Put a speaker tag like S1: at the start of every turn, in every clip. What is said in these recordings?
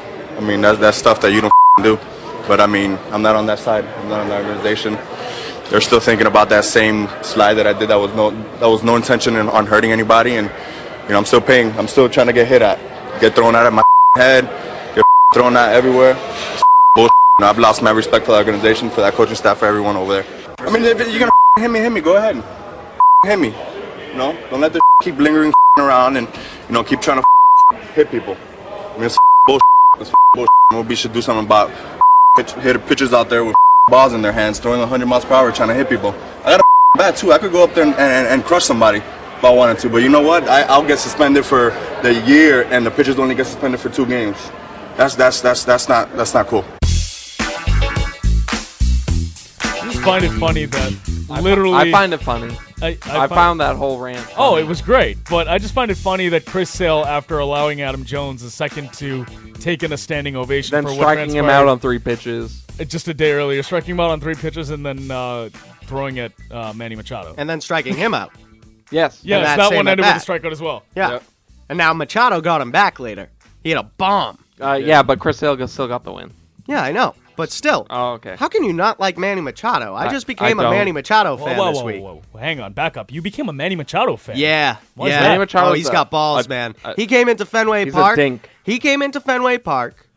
S1: I mean, that's, that's stuff that you don't do. But I mean, I'm not on that side. I'm not on that organization. They're still thinking about that same slide that I did. That was no, that was no intention in, on hurting anybody. And you know, I'm still paying. I'm still trying to get hit at, get thrown out of my head, get thrown out everywhere. It's bullshit. You know, I've lost my respect for the organization, for that coaching staff, for everyone over there. I mean, if you're gonna hit me, hit me. Go ahead, hit me. You know, don't let this keep lingering around and you know keep trying to hit people. I mean, it's bullshit. It's bullshit. Moby should do something about pitch, hitter pitchers out there with balls in their hands, throwing 100 miles per hour, trying to hit people. I got a bat too. I could go up there and, and, and crush somebody if I wanted to. But you know what? I, I'll get suspended for the year, and the pitchers only get suspended for two games. That's that's that's that's not that's not cool.
S2: I just find it funny that literally.
S3: I find it funny.
S2: I, I
S3: I,
S2: find-
S3: found that whole rant.
S2: Oh, it was great, but I just find it funny that Chris Sale, after allowing Adam Jones a second to take in a standing ovation
S3: then
S2: for what
S3: striking him
S2: transpired
S3: out on three pitches,
S2: just a day earlier, striking him out on three pitches and then uh, throwing at uh, Manny Machado.
S4: and then striking him out.
S3: yes,
S2: yes,
S4: that
S2: that,
S4: same
S2: one
S4: at
S2: ended with a
S4: bat.
S2: strikeout as well.
S4: Yeah.
S3: Yep.
S4: And now Machado got him back later. He had a bomb.
S3: uh, yeah, but Chris Sale got- still got the win.
S4: Yeah, I know. But still.
S3: Oh, okay.
S4: How can you not like Manny Machado? I,
S3: I-
S4: just became
S3: I
S4: a
S3: don't.
S4: Manny Machado
S2: Whoa,
S4: fan
S2: whoa,
S4: this
S2: whoa,
S4: week.
S2: whoa, Hang on, back up. You became a Manny Machado fan.
S4: Yeah.
S2: Why is
S4: yeah.
S2: that? Manny
S3: Machado's
S4: oh, he's
S3: a-
S4: got balls,
S3: a-
S4: man.
S3: a-
S4: he came into Fenway
S3: He's a
S4: Park.
S3: dink.
S4: He came into Fenway Park.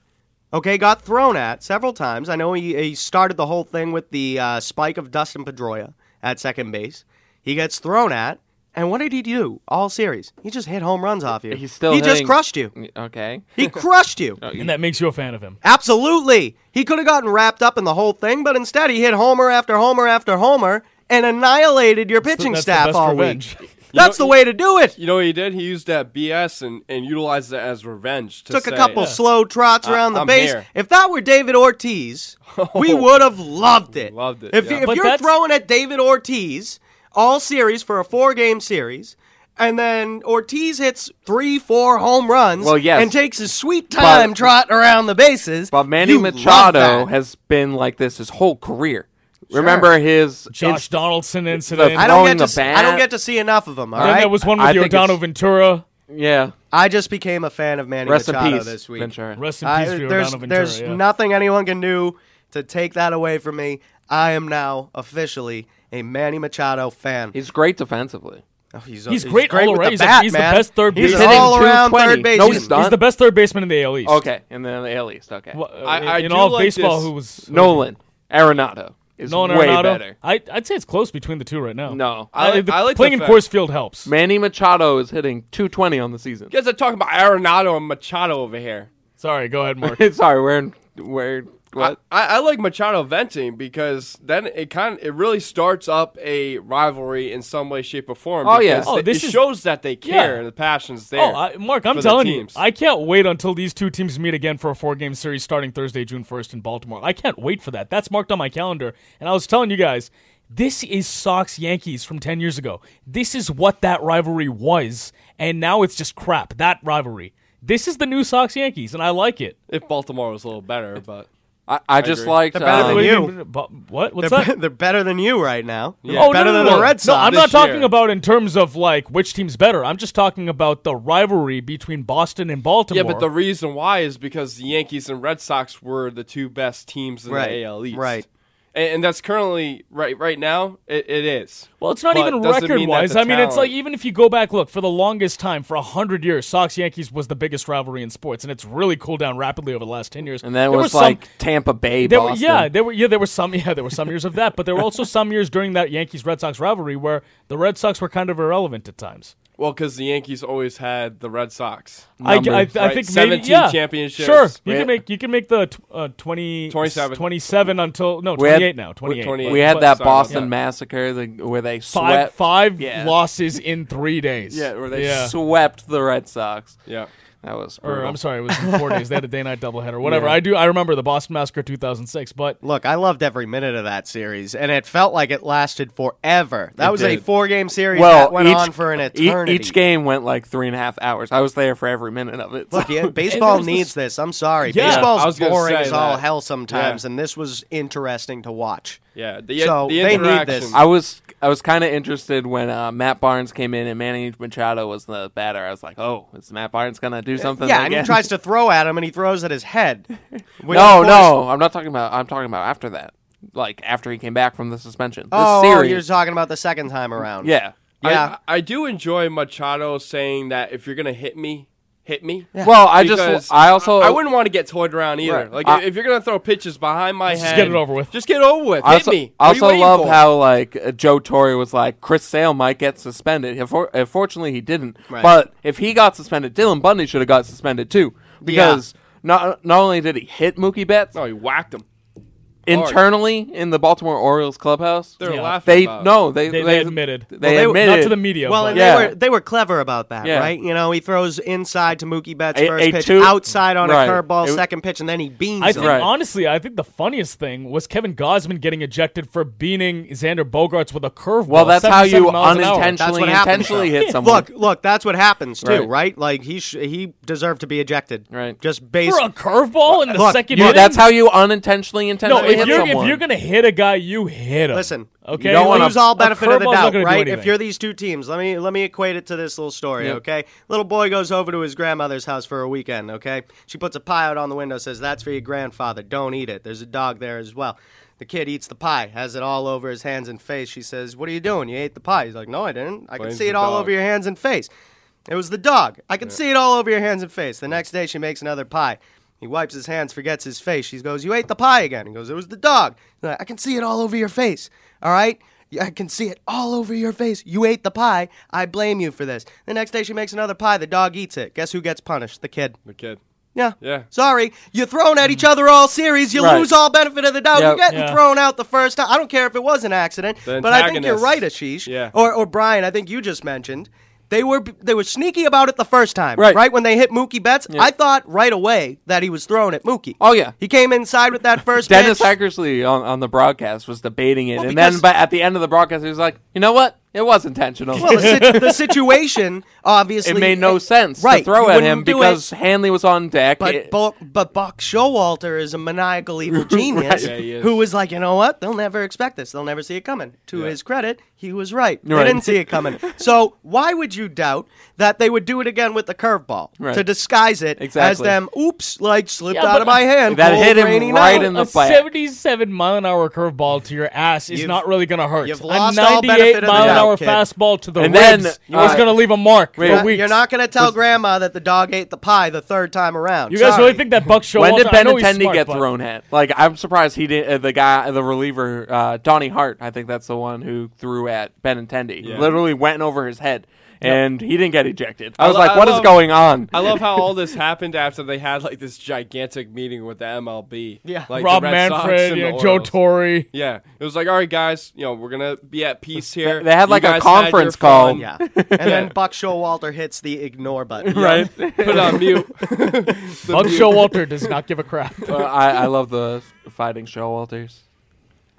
S4: Okay, got thrown at several times. I know he, he started the whole thing with the uh, spike of Dustin Pedroia at second base. He gets thrown at, and what did he do all series? He just hit home runs off you.
S3: He's still.
S4: he just
S3: hitting-
S4: crushed you.
S3: Okay.
S4: He crushed you.
S2: And that makes you a fan of him.
S4: Absolutely. He could have gotten wrapped up in the whole thing, but instead he hit homer after homer after homer and annihilated your pitching
S2: that's the
S4: staff
S2: best
S4: all
S2: revenge.
S4: week. That's the way to do it.
S5: You know what he did? He used that BS and, and utilized it as revenge. To
S4: Took a
S5: say-
S4: couple slow trots around the
S5: I'm
S4: base.
S5: here.
S4: If that were David Ortiz, we would have loved it.
S5: Loved it,
S4: If,
S5: yeah.
S4: you- if
S2: But
S4: you're
S2: that's-
S4: throwing at David Ortiz all series for a four game series, and then Ortiz hits three, four home runs
S3: Well, yes.
S4: and takes his sweet time trotting around the bases.
S3: But Manny
S4: you love
S3: Machado
S4: that.
S3: has been like this his whole career. Remember his
S2: Josh
S3: inst-
S2: Donaldson incident. Then
S4: I don't
S3: throwing
S4: get to.
S3: the
S4: s- I don't
S3: bat.
S4: get to see enough of him. All right.
S2: there was one with
S3: I think
S2: Giordano
S3: it's-
S2: Ventura.
S3: yeah.
S4: I just became a fan of Manny
S3: Rest in
S4: Machado
S3: peace,
S4: this week.
S3: Ventura.
S2: Rest in
S4: I-
S2: peace, Giordano
S4: there's
S2: Ventura.
S4: there's
S2: yeah.
S4: nothing anyone can do to take that away from me. I am now officially a Manny Machado fan.
S3: He's great defensively.
S4: Oh, he's,
S2: He's great all
S4: with
S2: around.
S4: the
S2: He's a-
S4: bat,
S2: he's the
S4: man.
S2: best third
S4: He's
S2: baseman.
S4: an
S2: Hitting
S4: all-around
S3: 220.
S4: third baseman.
S3: No, he's not.
S2: He's the best third baseman in the AL East.
S3: Okay, and then the AL East. Okay,
S2: Well, uh,
S5: I- I
S2: in
S5: do
S2: all of
S5: like
S2: baseball,
S5: this-
S2: who was
S3: Nolan Arenado is
S2: Nolan
S3: way
S2: Arenado?
S3: better.
S2: I, I'd say it's close between the two right now.
S3: No,
S5: I like-
S2: the-
S5: I like the
S2: playing in
S5: fact-
S2: Coors Field helps.
S3: Manny Machado is hitting 220 on the season.
S5: You guys are talking about Arenado and Machado over here.
S2: Sorry, go ahead, Mark.
S3: Sorry, we're in, we're what?
S5: I, I like Machado venting because then it kind of, it really starts up a rivalry in some way, shape, or form.
S3: Oh, yeah.
S5: because
S2: Oh,
S5: it-
S2: this
S5: it
S2: is-
S5: shows that they care
S2: Yeah.
S5: and the passion's there.
S2: Oh, I, Mark, I'm
S5: for the
S2: telling you,
S5: teams.
S2: I can't wait until these two teams meet again for a four-game series starting Thursday, June 1st in Baltimore. I can't wait for that. That's marked on my calendar. And I was telling you guys, this is Sox Yankees from 10 years ago. This is what that rivalry was, and now it's just crap. That rivalry. This is the new Sox Yankees, and I like it.
S5: if Baltimore was a little better, but
S3: I, I just
S5: agree.
S3: liked.
S4: They're better
S3: um,
S4: than you.
S2: What? What's
S4: They're,
S2: that?
S4: be- they're better than you right now.
S5: Yeah.
S4: They're better than the Red
S2: No,
S4: Sox.
S2: I'm not
S5: this year.
S2: talking about in terms of like which team's better. I'm just talking about the rivalry between Boston and Baltimore.
S5: yeah, but the reason why is because the Yankees and Red Sox were the two best teams in
S4: Right,
S5: the AL East,
S4: right.
S5: And, and that's currently right right now. It, it is.
S2: well, it's not
S5: But
S2: even
S5: doesn't
S2: record
S5: mean that
S2: wise.
S5: the
S2: I mean, it's like
S5: talent-
S2: even if you go back, look for the longest time for hundred years, Sox Yankees was the biggest rivalry in sports, and it's really cooled down rapidly over the last ten years.
S3: and then it
S2: There were
S3: was
S2: some-
S3: like Tampa Bay,
S2: There were,
S3: Boston.
S2: yeah, there were yeah there were some yeah there were some years of that, but there were also some years during that Yankees Red Sox rivalry where the Red Sox were kind of irrelevant at times.
S5: Well, because the Yankees always had the Red Sox.
S2: I, I, I
S3: numbers,
S5: right?
S2: think maybe
S5: 17
S2: yeah.
S5: championships.
S2: Sure, you
S3: Yeah.
S2: can make you can make the tw- uh, 20,
S5: 27.
S2: 27 until no
S3: had-
S2: twenty eight now twenty eight.
S5: 28.
S3: We had that
S5: Sorry about
S3: Boston
S5: that.
S3: massacre the, where they
S2: Five
S3: swept
S2: five
S3: Yeah.
S2: losses in three days.
S3: Yeah, where they swept the Red Sox.
S5: Yeah.
S3: That was.
S2: Or
S3: brutal.
S2: I'm sorry, it was in four days. They had a day night doubleheader. Whatever. I do. I remember the Boston Massacre 2006. But
S4: Look, I loved every minute of that series, and it felt like it lasted forever. That was a
S3: did.
S4: four-game series
S3: Well,
S4: that went
S3: each,
S4: on for an
S3: e-
S4: eternity.
S3: Each game went like three and a half hours. I was there for every minute of it.
S4: Look,
S3: so-
S4: yeah, baseball
S2: there's
S4: needs this. I'm sorry.
S2: Yeah,
S5: I
S4: Baseball's
S5: was gonna
S4: boring
S5: say
S4: as all
S5: that.
S4: hell sometimes,
S5: Yeah.
S4: and this was interesting to watch.
S5: Yeah. The,
S4: So
S5: the
S4: they need
S5: interaction.
S4: this.
S3: I was I was kind of interested when uh, Matt Barnes came in and Manny Machado was the batter. I was like, oh, is Matt Barnes gonna do something?
S4: yeah, and he
S3: again?
S4: tries to throw at him, and he throws at his head. Which,
S3: no,
S4: of course-
S3: no, I'm not talking about. I'm talking about after that, like after he came back from the suspension. The
S4: Oh, oh,
S3: series.
S4: you're talking about the second time around.
S3: yeah.
S5: I-
S4: Yeah.
S5: I, do enjoy Machado saying that if you're gonna hit me, hit me.
S3: Well, I just-
S5: Because
S3: I also-
S5: I, wouldn't want to get toyed around either.
S3: Right.
S5: Like
S3: I-
S5: if you're gonna throw pitches behind my
S2: Just
S5: head,
S2: get it over with.
S5: Just get it over with.
S3: I also,
S5: hit me.
S3: I
S5: What are you
S3: also
S5: waiting
S3: love
S5: for?
S3: how like uh, Joe Torre was like Chris Sale might get suspended. If, fortunately, he didn't.
S4: Right.
S3: But if he got suspended, Dylan Bundy should have got suspended too because not not only did he hit Mookie Betts
S5: No, he whacked him.
S3: internally in the Baltimore Orioles clubhouse,
S5: They're
S2: Yeah.
S5: laughing.
S3: they
S5: about it.
S3: no they
S2: They- they admitted.
S3: they
S4: Well, they-
S3: admitted
S4: Not
S2: to the media.
S4: Well,
S2: but-
S4: and
S3: Yeah.
S4: they were they were clever about that,
S3: Yeah.
S4: right? You know, he throws inside to Mookie Betts
S3: A-
S4: first
S3: a
S4: pitch,
S3: two-
S4: outside on
S3: Right.
S4: a curveball,
S3: It-
S4: second pitch, and then he beans
S2: I
S4: him.
S2: think
S3: Right.
S2: honestly, I think the funniest thing was Kevin Gosman getting ejected for beating Xander Bogarts with a curveball.
S3: Well, that's how
S2: 77
S3: you
S2: miles an hour.
S4: That's
S3: unintentionally
S4: what happens,
S3: intentionally
S4: though.
S3: hit someone.
S4: Look, look, that's what happens too,
S3: Right.
S4: right? Like he sh- he deserved to be ejected,
S3: Right.
S4: Just based.
S2: for a curveball in the
S4: Look,
S2: second.
S3: You-
S2: inning?
S3: that's how you unintentionally
S2: No,
S3: intentionally
S2: if
S3: hit
S2: you're
S3: someone.
S2: if you're gonna hit a guy, you hit him.
S4: Listen,
S2: okay,
S3: you don't wanna-
S4: use all benefit of the
S2: curveball's not
S4: doubt,
S2: gonna do
S4: right?
S2: anything.
S4: If you're these two teams, let me let me equate it to this little story,
S3: Yep.
S4: okay? Little boy goes over to his grandmother's house for a weekend, okay? She puts a pie out on the window, says, "That's for your grandfather. Don't eat it." There's a dog there as well. The kid eats the pie, has it all over his hands and face. She says, "What are you doing? You ate the pie." He's like, "No, I didn't. I can
S5: Blames
S4: see
S5: the
S4: it all
S5: dog.
S4: over your hands and face." It was the dog. I could see it all over your hands and face. The next day, she makes another pie. He wipes his hands, forgets his face. She goes, "You ate the pie again." He goes, "It was the dog." He's like, I can see it all over your face. All right, Yeah, I can see it all over your face. You ate the pie. I blame you for this. The next day, she makes another pie. The dog eats it. Guess who gets punished? The kid.
S5: the kid.
S4: Yeah.
S5: Yeah.
S4: Sorry, you're thrown at each other all series. You
S3: Right.
S4: lose all benefit of the doubt.
S3: Yep.
S4: You're getting
S2: Yeah.
S4: thrown out the first time. I don't care if it was an accident,
S5: The
S4: but I think you're
S5: antagonist.
S4: right, Ashish.
S5: Yeah.
S4: Or or Brian, I think you just mentioned they were they were sneaky about it the first time,
S3: Right.
S4: Right when they hit Mookie Betts, I thought right away that he was thrown at Mookie.
S3: Oh, yeah.
S4: he came inside with that first
S3: Dennis
S4: pitch.
S3: Eckersley on, on the broadcast was debating it,
S4: Well,
S3: and then
S4: because-
S3: but at the end of the broadcast, he was like, "You know what? It was intentional.
S4: well, the, sit- the situation obviously eh,
S3: it made no sense
S4: right,
S3: to throw
S4: you
S3: at
S4: wouldn't
S3: him
S4: do it.
S3: because Hanley was on deck."
S4: But
S3: It-
S4: Buck, but Buck Showalter is a maniacal evil genius
S5: Yeah, he is.
S4: who was like, you know what? They'll never expect this. They'll never see it coming. To his credit, he was right. They
S3: Right.
S4: didn't see it coming. so why would you doubt that they would do it again with the curveball
S3: Right.
S4: to disguise it as
S3: Exactly.
S4: them? Oops, like slipped
S2: Yeah,
S4: out of
S2: but-
S4: my hand.
S3: That
S4: cold,
S3: hit him
S4: rainy
S3: right
S4: night."
S3: in the
S2: a
S3: flat.
S2: 77 mile an hour curveball to your ass is
S4: You've-
S2: not really going to hurt.
S4: you've
S2: a
S4: lost all
S2: 98
S4: benefit of the
S2: mile an
S4: doubt,
S2: hour
S4: kid.
S2: fastball to the
S3: And
S2: ribs
S3: then,
S2: is
S3: uh,
S2: going to leave a mark
S3: wait,
S2: for
S3: You're
S2: weeks.
S4: You're not going to tell grandma that the dog ate the pie the third time around.
S2: You guys
S4: Sorry.
S2: really think that Buck Showalter?
S3: when did
S2: I know he's
S3: Benintendi
S2: smart,
S3: get
S2: but-
S3: thrown at? Like, I'm surprised he didn't. Uh, the guy, the reliever, uh, Donnie Hart, I think that's the one who threw at Benintendi. Literally went over his head, and he didn't get ejected. I was
S5: lo-
S3: like,
S5: I
S3: "What is
S5: love-
S3: going on?"
S5: I love how all this happened after they had like this gigantic meeting with the MLB.
S4: Yeah.
S5: like the
S2: Rob
S5: Red Sox
S2: Manfred,
S5: and
S2: you
S5: the
S2: know, Joe
S5: Orioles.
S2: Torre.
S5: Yeah, it was like, all right, guys, you know, we're gonna be at peace here.
S3: they had,
S5: You
S3: like, a
S5: guys
S3: conference
S5: had your
S3: call.
S5: fun.
S4: Yeah. And then Buck Showalter hits the ignore button.
S5: right? Put it on mute.
S2: Buck Showalter does not give a crap.
S3: Uh, I, I love the fighting show, Walters.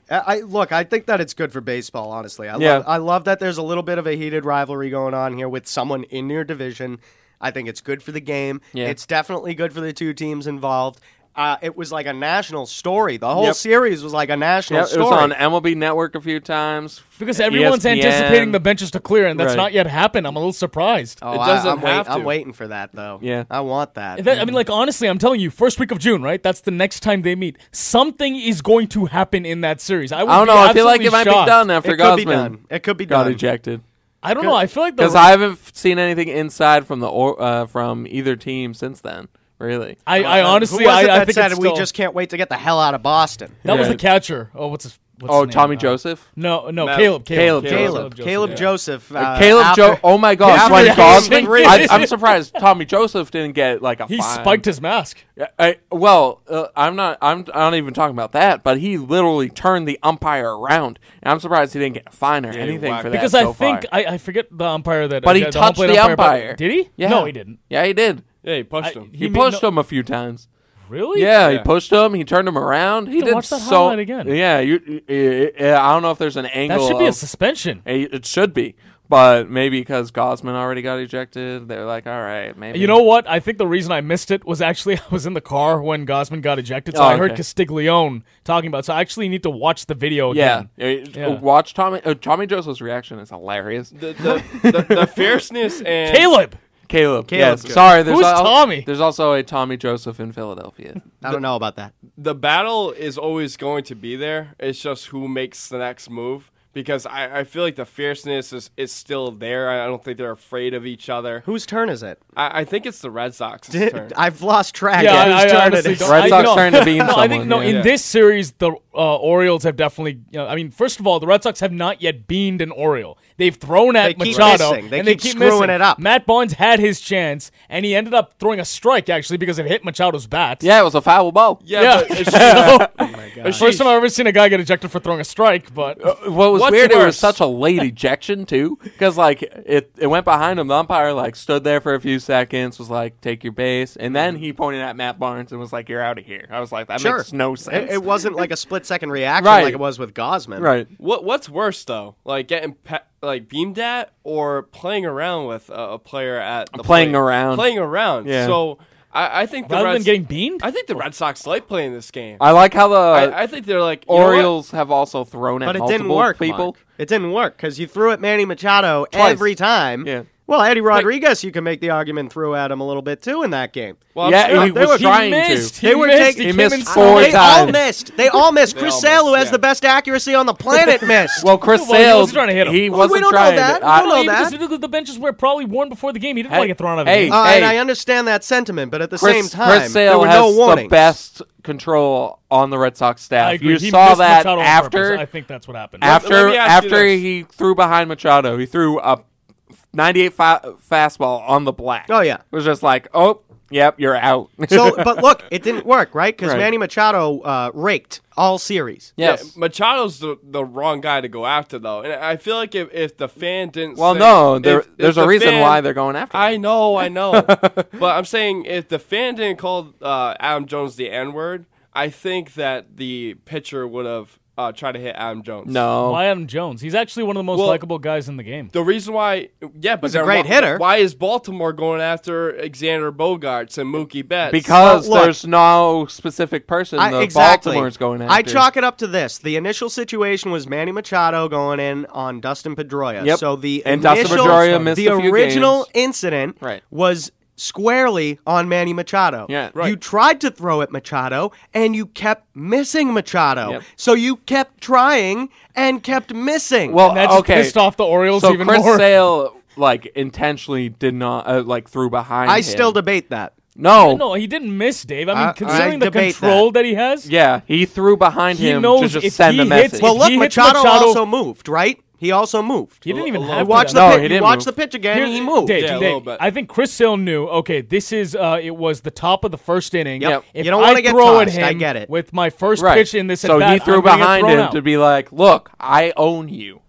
S4: I I- look. I think that it's good for baseball. Honestly, I
S3: Yeah.
S4: love. I love that there's a little bit of a heated rivalry going on here with someone in your division. I think it's good for the game.
S3: Yeah.
S4: It's definitely good for the two teams involved. Uh, it was like a national story. The whole
S3: Yep.
S4: series was like a national
S3: Yeah, it
S4: story.
S3: was on MLB Network a few times
S2: Because everyone's
S3: ESPN.
S2: anticipating the benches to clear, and that's
S3: Right.
S2: not yet happened. I'm a little surprised.
S4: oh,
S5: It
S4: I-
S5: doesn't
S4: I'm, wait-
S5: have to.
S4: I'm waiting for that though.
S3: Yeah.
S4: I want that.
S2: That- I mean, like honestly, I'm telling you, first week of June, right? That's the next time they meet. Something is going to happen in that series. I, would
S3: I don't
S2: be
S3: know. I feel like it
S2: absolutely
S3: might be
S2: shocked.
S3: done after
S4: it could
S3: Gosman
S4: be done. It could be
S3: got
S4: done.
S3: ejected.
S2: I don't know. I feel like the
S3: Because I haven't f- seen anything inside from the or, uh, from either team since then. Really,
S2: I, I honestly,
S4: Who was it
S2: I, I
S4: that
S2: think
S4: said
S2: it's
S4: we
S2: still-
S4: just can't wait to get the hell out of Boston?
S2: that was
S3: Yeah.
S2: the catcher. Oh, what's his? What's
S3: oh
S2: his name?
S3: Tommy
S2: Uh,
S3: Joseph,
S2: No, no,
S5: Matt-
S2: Caleb,
S3: Caleb,
S2: Caleb,
S4: Caleb, Caleb Joseph, uh,
S3: Caleb
S4: after-
S3: Joe. Oh my God,
S4: After
S3: when
S4: he
S3: Gosman.
S4: hit
S3: I,
S4: his-
S3: I'm surprised Tommy Joseph didn't get like a.
S2: He
S3: fine.
S2: spiked his mask.
S3: Yeah, I, well, uh, I'm not. I'm. I'm not even talking about that. But he literally turned the umpire around. And I'm surprised he didn't get a fine or anything
S5: whacked
S3: for
S5: it.
S3: that.
S2: Because
S3: so
S2: I think
S3: far.
S2: I, I forget the umpire that. uh,
S3: but he
S2: the
S3: touched
S2: home plate
S3: the
S2: umpire, but-
S3: umpire.
S2: Did he?
S3: Yeah.
S2: No, he didn't.
S3: Yeah, he did.
S5: Yeah, he pushed
S2: I-
S5: him.
S3: He,
S2: made
S3: pushed
S2: no-
S3: him a few times.
S2: Really?
S3: Yeah, he
S5: Yeah.
S3: pushed him. He turned him around. He
S2: to
S3: did
S2: watch that
S3: so.
S2: highlight again.
S3: Yeah, you, you- you- I don't know if there's an angle.
S2: That should be a
S3: of-
S2: suspension.
S3: a- it should be, But maybe because Gosman already got ejected, they're like, all right, maybe.
S2: You know what? I think the reason I missed it was actually I was in the car when Gosman got ejected, so
S3: Oh,
S2: I heard
S3: okay.
S2: Castiglione talking about. It, so I actually need to watch the video
S3: Yeah.
S2: again.
S3: Uh,
S2: Yeah.
S3: Watch Tommy. Uh, Tommy Joseph's reaction is hilarious.
S5: The, the, the, the fierceness and
S2: Caleb,
S3: Caleb.
S4: Caleb's
S3: yes.
S4: good.
S3: Sorry. There's
S2: Who's
S3: al-
S2: Tommy?
S3: There's also a Tommy Joseph in Philadelphia.
S4: I don't know about that.
S5: the battle is always going to be there. It's just who makes the next move. Because I, I feel like the fierceness is, is still there. I I don't think they're afraid of each other.
S4: Whose turn is it?
S5: I, I think it's the Red Sox's turn.
S4: I've lost track.
S2: yeah, I,
S4: of whose
S2: I
S4: turn it
S2: honestly
S4: is.
S2: don't.
S3: Red
S2: I,
S3: Sox
S2: no,
S3: trying to beam
S2: no, I think
S3: someone,
S2: no.
S3: yeah.
S2: In
S5: Yeah.
S2: this series, the uh, Orioles have definitely. You know, I mean, first of all, the Red Sox have not yet beamed an Oriole. They've thrown at
S4: They keep
S2: Machado,
S4: missing. They
S2: and
S4: keep
S2: they keep
S4: screwing
S2: missing.
S4: it up.
S2: Matt Barnes had his chance, and he ended up throwing a strike actually because it hit Machado's bat.
S3: yeah, it was a foul ball.
S5: yeah,
S2: Yeah.
S5: but it's just-
S4: Oh
S2: First time I've ever seen a guy get ejected for throwing a strike, but
S3: What was
S5: What's
S3: weird, it was
S5: worse?
S3: such a late ejection too, because like it, it went behind him. The umpire like stood there for a few seconds, was like, "Take your base," and then he pointed at Matt Barnes and was like, "You're out of here." I was like, "That
S4: Sure.
S3: makes no sense."
S4: It, it wasn't like a split second reaction
S3: Right.
S4: like it was with Gosman.
S3: right.
S5: what what's worse though, like getting pe- like beamed at or playing around with a, a player at the
S3: Playing
S5: plate?
S3: around.
S5: playing around.
S3: Yeah.
S5: So I, I think the
S2: rather
S5: Red
S2: than getting beamed,
S5: I think the Red Sox like playing this game. I,
S3: I uh, like how the
S5: I, think they're like you know what?
S3: Orioles have also thrown at
S4: But it
S3: multiple
S4: didn't work,
S3: people.
S4: Mark. It didn't work because you threw at Manny Machado
S3: Twice.
S4: every time.
S3: Yeah.
S4: Well, Eddie Rodriguez, you can make the argument threw at him a little bit too in that game.
S5: Well,
S3: yeah,
S5: I'm sure
S3: he
S2: they
S3: was
S2: were- he
S3: trying
S2: missed.
S3: to.
S2: He
S4: They were
S2: missed.
S4: taking-
S2: he
S3: He
S2: came in
S3: missed four
S4: they
S2: swinging.
S4: all
S3: times.
S4: missed. They all missed. Chris
S5: all
S4: Sale, who
S5: missed,
S4: has
S5: yeah.
S4: the best accuracy on the planet, missed.
S3: Well, Chris
S2: Well, he
S3: Sale,
S2: wasn't trying to hit him.
S3: He
S4: Well,
S3: wasn't
S4: we don't know
S3: trying
S4: that.
S3: to.
S4: We don't know
S3: I,
S2: Maybe
S4: that.
S2: because the benches were probably worn before the game. He didn't
S3: Hey,
S2: want to get thrown out of
S3: hey,
S2: the game.
S4: uh, and
S3: hey.
S4: I understand that sentiment, but at the
S3: Chris,
S4: same time,
S3: Chris Sale
S4: there were
S3: has
S4: no warnings.
S3: the best control on the Red Sox staff.
S2: I agree.
S3: You
S2: he
S3: saw
S2: missed
S3: that
S2: Machado on
S3: after
S2: purpose. I think that's what happened.
S5: Let-
S3: after
S5: let me ask you
S3: after
S5: this.
S3: he threw behind Machado, he threw a 98 fa- fastball on the black.
S4: Oh, yeah.
S3: it was just like, oh, yep, you're out.
S4: so, but look, it didn't work, right? Because
S3: Right.
S4: Manny Machado uh, raked all series.
S3: yes.
S5: Machado's the, the wrong guy to go after though, and I feel like if, if the fan didn't.
S3: well,
S5: say-
S3: no,
S5: if-
S3: there,
S5: if
S3: there's
S5: the
S3: a reason
S5: fan-
S3: why they're going after. him.
S5: I know, I know, but I'm saying if the fan didn't call uh, Adam Jones the N word, I think that the pitcher would have uh, tried to hit Adam Jones.
S3: no,
S2: Why Adam Jones? He's actually one of the most
S5: Well-
S2: likable guys in the game.
S5: The reason why, yeah, but
S4: a
S5: then
S4: great
S5: why,
S4: hitter.
S5: Why is Baltimore going after Xander Bogarts and Mookie Betts?
S3: because
S4: Well, look.
S3: there's no specific person
S4: I-
S3: that
S4: exactly.
S3: Baltimore's going after.
S4: I chalk it up to this: the initial situation was Manny Machado going in on Dustin Pedroia.
S3: Yep.
S4: So the
S3: And Dustin
S4: initial,
S3: Pedroia missed
S4: the
S3: a few
S4: original
S3: games.
S4: incident
S3: Right.
S4: was squarely on Manny Machado.
S3: Yeah.
S4: You
S5: Right.
S4: tried to throw at Machado and you kept missing Machado.
S3: Yep.
S4: So you kept trying and kept missing.
S3: Well,
S2: And that just
S3: okay.
S2: pissed off the Orioles
S3: so
S2: even
S3: Chris
S2: more.
S3: Sale like intentionally did not uh, like threw behind.
S4: I
S3: him.
S4: still debate that.
S3: no.
S2: no, he didn't miss, Dave. I mean,
S4: I- I
S2: considering the
S4: debate
S2: control that. he has,
S3: Yeah, he threw behind
S2: He
S3: him
S2: knows
S3: to just
S2: if
S3: send
S2: he
S3: a
S2: hits-
S3: message.
S4: Well,
S2: If
S4: look,
S2: he hits
S4: Machado,
S2: Machado-
S4: also moved, right? He also moved.
S2: he didn't even
S5: Well,
S2: have
S5: well,
S2: to
S4: Watch
S2: do
S4: the
S2: that.
S3: No,
S4: pitch.
S3: he
S4: you
S3: didn't
S4: watch
S3: move.
S4: the pitch again,
S2: Here-
S4: and he moved.
S2: Dave,
S5: Yeah, a
S2: Dave,
S5: little bit.
S2: I think Chris Sale knew. Okay, this is uh, it was the top of the first inning.
S4: Yep.
S2: If
S4: You don't
S2: I
S4: wanna get
S2: throw at
S4: tossed,
S2: him
S4: I get it.
S2: with my first
S3: right.
S2: pitch in this
S3: so
S2: at-bat,
S3: he threw
S2: I'm gonna get
S3: behind
S2: thrown
S3: him
S2: out.
S3: to be like, "Look, I own you."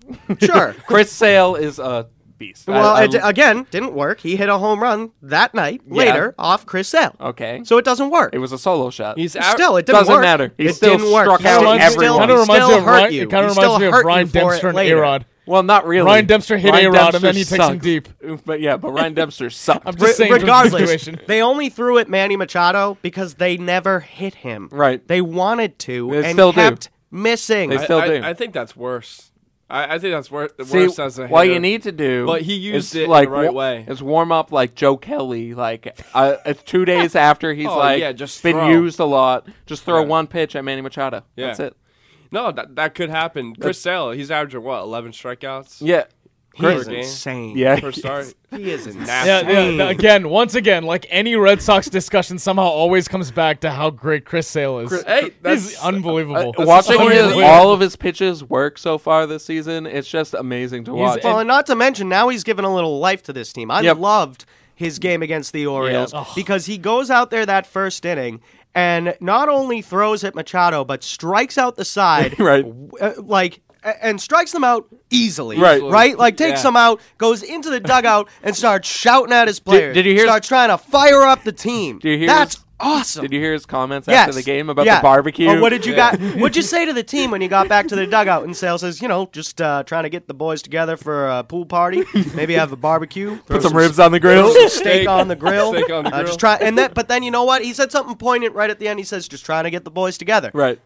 S4: Sure.
S3: Chris Sale is a beast. I-
S4: Well,
S3: I-
S4: it, again, didn't work. He hit a home run that night later off Chris Sale.
S3: okay.
S4: So it doesn't work.
S3: it was a solo shot.
S5: he's out.
S4: still, it didn't
S3: doesn't
S4: work.
S3: matter. He
S4: it
S3: still
S4: didn't work.
S3: struck
S4: He
S3: out
S4: still-
S2: Reminds me-
S4: still-
S2: kinda reminds
S4: still
S2: me of
S4: hurt
S2: Ryan-
S4: you.
S2: It kind
S4: He
S2: of
S4: still
S2: reminds me of
S4: hurt you
S2: Ryan
S4: for it
S2: Dempster and
S4: later.
S2: Arod.
S3: well, not really.
S2: Ryan Dempster hit
S3: Ryan
S2: A-Rod, and then he
S3: Dempster
S2: takes him deep.
S3: sucked. But yeah, but Ryan Dempster sucked.
S2: I'm just
S4: Re-
S2: saying. in terms of
S4: regardless,
S2: situation.
S4: they only threw at Manny Machado because they never hit him.
S3: Right.
S4: They wanted to
S3: They
S4: and
S3: still do.
S4: kept missing.
S3: They
S5: I-
S3: still
S5: I,
S3: do.
S5: I think that's worse. I, I think that's wor-
S3: See,
S5: worse as a
S3: what
S5: hitter.
S3: you need to do,
S5: But he
S3: is
S5: used it in
S3: like
S5: the right
S3: wa-
S5: way.
S3: Is warm up like Joe Kelly, like uh, it's two days after he's
S5: Oh,
S3: like
S5: yeah, just
S3: been
S5: throw.
S3: used a lot. Just throw one pitch at Manny Machado.
S5: Yeah.
S3: That's it.
S5: No, that, that could happen. Chris Sale, he's averaging what, 11 strikeouts?
S3: Yeah,
S4: he is
S5: Chris-
S4: insane.
S3: yeah.
S5: Per start.
S4: He is insane.
S2: Yeah, yeah, th- again, once again, like any Red Sox discussion, somehow always comes back to how great Chris Sale is.
S5: Hey,
S2: He's
S5: that's
S2: unbelievable.
S3: Uh, Watching
S5: story
S3: his,
S5: of the year.
S3: all of his pitches work so far this season, it's just amazing to watch.
S4: Well, and not to mention now he's given a little life to this team. I
S3: Yep.
S4: loved his game against the Orioles
S2: Ugh.
S4: because he goes out there that first inning and not only throws at Machado but strikes out the side,
S3: Right.
S4: w- uh, like a- and strikes them out easily,
S3: Right.
S4: Right, like takes
S5: Yeah.
S4: them out, goes into the dugout and starts shouting at his players.
S3: did you hear-
S4: Starts trying to fire up the team.
S3: Do you hear
S4: That's
S3: his-
S4: awesome.
S3: Did you hear his comments
S4: Yes.
S3: after the game about
S4: Yeah.
S3: the barbecue?
S4: Or what did you
S5: Yeah.
S4: got? What'd you say to the team when you got back to the dugout? And Sale says, you know, just uh, trying to get the boys together for a pool party, maybe have a barbecue, throw
S3: Put some ribs on the grill.
S4: some steak on the grill.
S5: Steak on the
S4: Uh,
S5: grill.
S4: just try and that. But then you know what? He said something poignant right at the end. He says, just trying to get the boys together.
S3: right.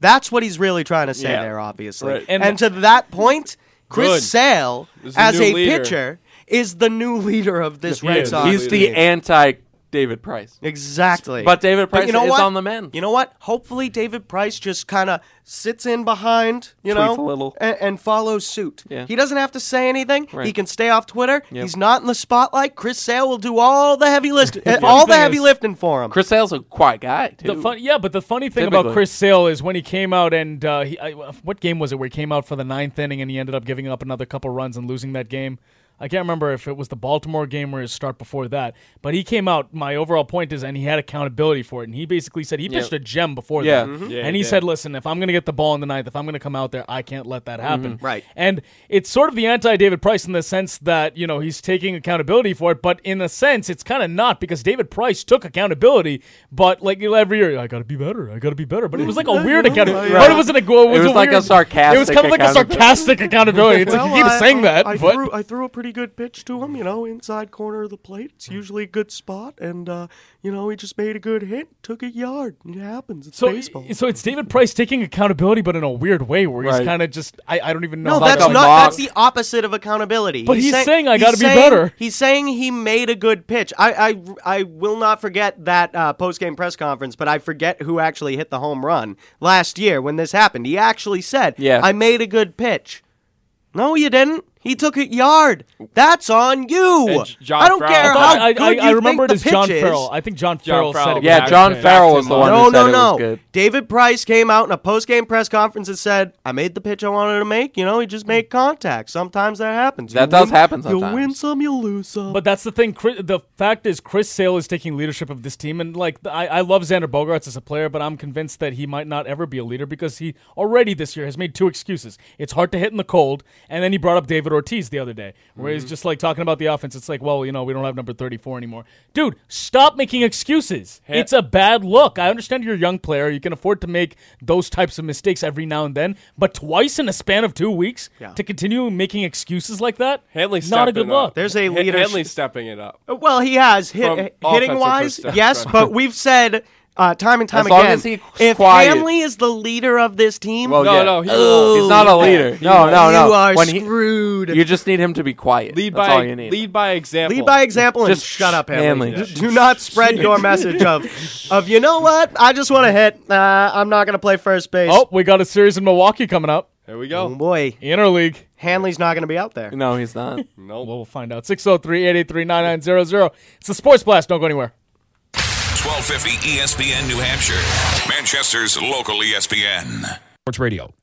S4: That's what he's really trying to say
S3: Yeah.
S4: there, obviously.
S3: Right.
S2: And-
S4: And, to that point, Chris
S5: Good.
S4: Sale,
S5: Is the
S4: as
S5: new
S4: a
S5: leader.
S4: pitcher, is the new leader of this
S2: He
S4: Red
S2: is.
S4: Sox.
S3: He's the
S4: team.
S3: anti David Price.
S4: Exactly.
S3: But David Price is
S4: what?
S3: on the men.
S4: You know what? Hopefully, David Price just kind of sits in behind, you
S3: Tweets a
S4: know,
S3: little.
S4: And, and follows suit.
S3: Yeah.
S4: He doesn't have to say anything.
S3: Right.
S4: He can stay off Twitter. He's not in the spotlight. Chris Sale will do all the heavy lift, uh, all the
S2: thing
S4: heavy
S2: is-
S4: lifting for him.
S3: Chris Sale's a quiet guy too.
S2: The fun, yeah, but the funny thing about
S3: Typically.
S2: Chris Sale is when he came out and uh, he, I, what game was it where he came out for the ninth inning and he ended up giving up another couple runs and losing that game. I can't remember if it was the Baltimore game or his start before that, but he came out. My overall point is, and he had accountability for it, and he basically said he pitched a gem before
S3: Yeah.
S2: that,
S3: Mhm.
S5: Yeah,
S2: and
S5: he
S2: he
S5: did.
S2: said, "Listen, if I'm going to get the ball in the ninth, if I'm going to come out there, I can't let that happen."
S3: Mm-hmm.
S4: Right.
S2: And it's sort of the anti David Price in the sense that, you know, he's taking accountability for it, but in a sense, it's kind of not because David Price took accountability, but like you know, every year, I got to be better. I got to be better. But it was like a weird accountability. But it wasn't a go. It was,
S3: was
S2: a
S3: like a
S2: weird- It was
S3: sarcastic
S2: kind of like a
S3: accountability.
S2: sarcastic accountability. It's
S4: Well,
S2: like he keeps
S4: I-
S2: saying
S4: I-
S2: that,
S4: I
S2: but
S4: threw, I threw a pretty good pitch to him, you know, inside corner of the plate. It's usually a good spot, and uh, you know, he just made a good hit, took a yard. It happens. It's
S2: so,
S4: baseball.
S2: so it's David Price taking accountability, but in a weird way where he's
S3: Right.
S2: kind of just, I, I don't even know.
S4: no,
S2: how
S4: that's
S2: to-
S3: like a
S4: not.
S3: mock.
S4: That's the opposite of accountability.
S2: But he's
S4: say-
S2: saying, "I
S4: he's
S2: gotta be
S4: saying-
S2: better."
S4: He's saying he made a good pitch. I I, I will not forget that uh, post game press conference, but I forget who actually hit the home run last year when this happened. He actually said,
S3: Yeah.
S4: I made a good pitch." No, you didn't. He took a yard. That's on you.
S5: And J- John
S4: I don't
S5: Farrell.
S4: care
S5: I
S2: I,
S4: how
S2: I,
S4: good
S2: I,
S4: you
S2: I remember it
S4: think
S2: as
S4: the
S2: John
S4: pitch
S2: Farrell.
S4: is.
S2: I think John,
S5: John
S2: Farrell, said
S5: Farrell.
S2: it.
S3: yeah,
S5: Back-
S3: John
S5: back
S3: Farrell
S5: to
S3: was the
S5: Mo.
S3: one
S4: No,
S3: who said
S4: no,
S3: it was
S4: no.
S3: good.
S4: David Price came out in a post game press conference and said, I made the pitch I wanted to make. You know, he just made contact. Sometimes that happens.
S3: That
S4: You
S3: does
S4: win-
S3: happen
S4: You win
S3: sometimes.
S4: some, you lose some.
S2: But that's the thing. Chris, the fact is, Chris Sale is taking leadership of this team, and like I, I love Xander Bogarts as a player, but I'm convinced that he might not ever be a leader because he already this year has made two excuses. It's hard to hit in the cold, and then he brought up David Ortiz the other day, where he's just like talking about the offense. It's like, well, you know, we don't have number 34 anymore, dude. Stop making excuses. It's a bad look. I understand you're a young player; you can afford to make those types of mistakes every now and then, but twice in a span of two weeks to continue making excuses like that,
S5: Hanley's
S2: not a
S5: stepping
S2: good
S5: up.
S2: look.
S4: There's a
S5: H-
S4: leadership-
S5: Hanley's stepping it up.
S4: well, he has
S5: From
S4: hit, hitting wise,
S5: offensive
S4: yes, but we've said uh, time and time
S3: As long
S4: again
S3: as he's
S4: if
S3: quiet.
S4: Hanley is the leader of this team,
S3: Well,
S5: No,
S3: yeah.
S5: no, he
S4: Oh.
S5: will
S3: he's not a leader. No, no, no.
S4: you are
S3: When he-
S4: screwed.
S3: you just need him to be quiet.
S5: lead
S3: That's
S5: by
S3: all you need.
S5: lead by example.
S4: Lead by example and
S3: Just
S4: shut up, Hanley.
S3: Hanley.
S4: D- Do not spread your message of, of you know what? I just want to hit. Uh, I'm not going to play first base.
S2: Oh, we got a series in Milwaukee coming up.
S5: There we
S4: Oh,
S5: go.
S4: boy,
S2: Interleague.
S4: Hanley's not going to be out there.
S3: no, he's not.
S5: No.
S2: Well, we'll find out. 603 883 9900. It's the Sports Blast. Don't go anywhere.
S6: E 1250 ESPN New Hampshire, Manchester's local E ESPN.
S7: Sports Radio.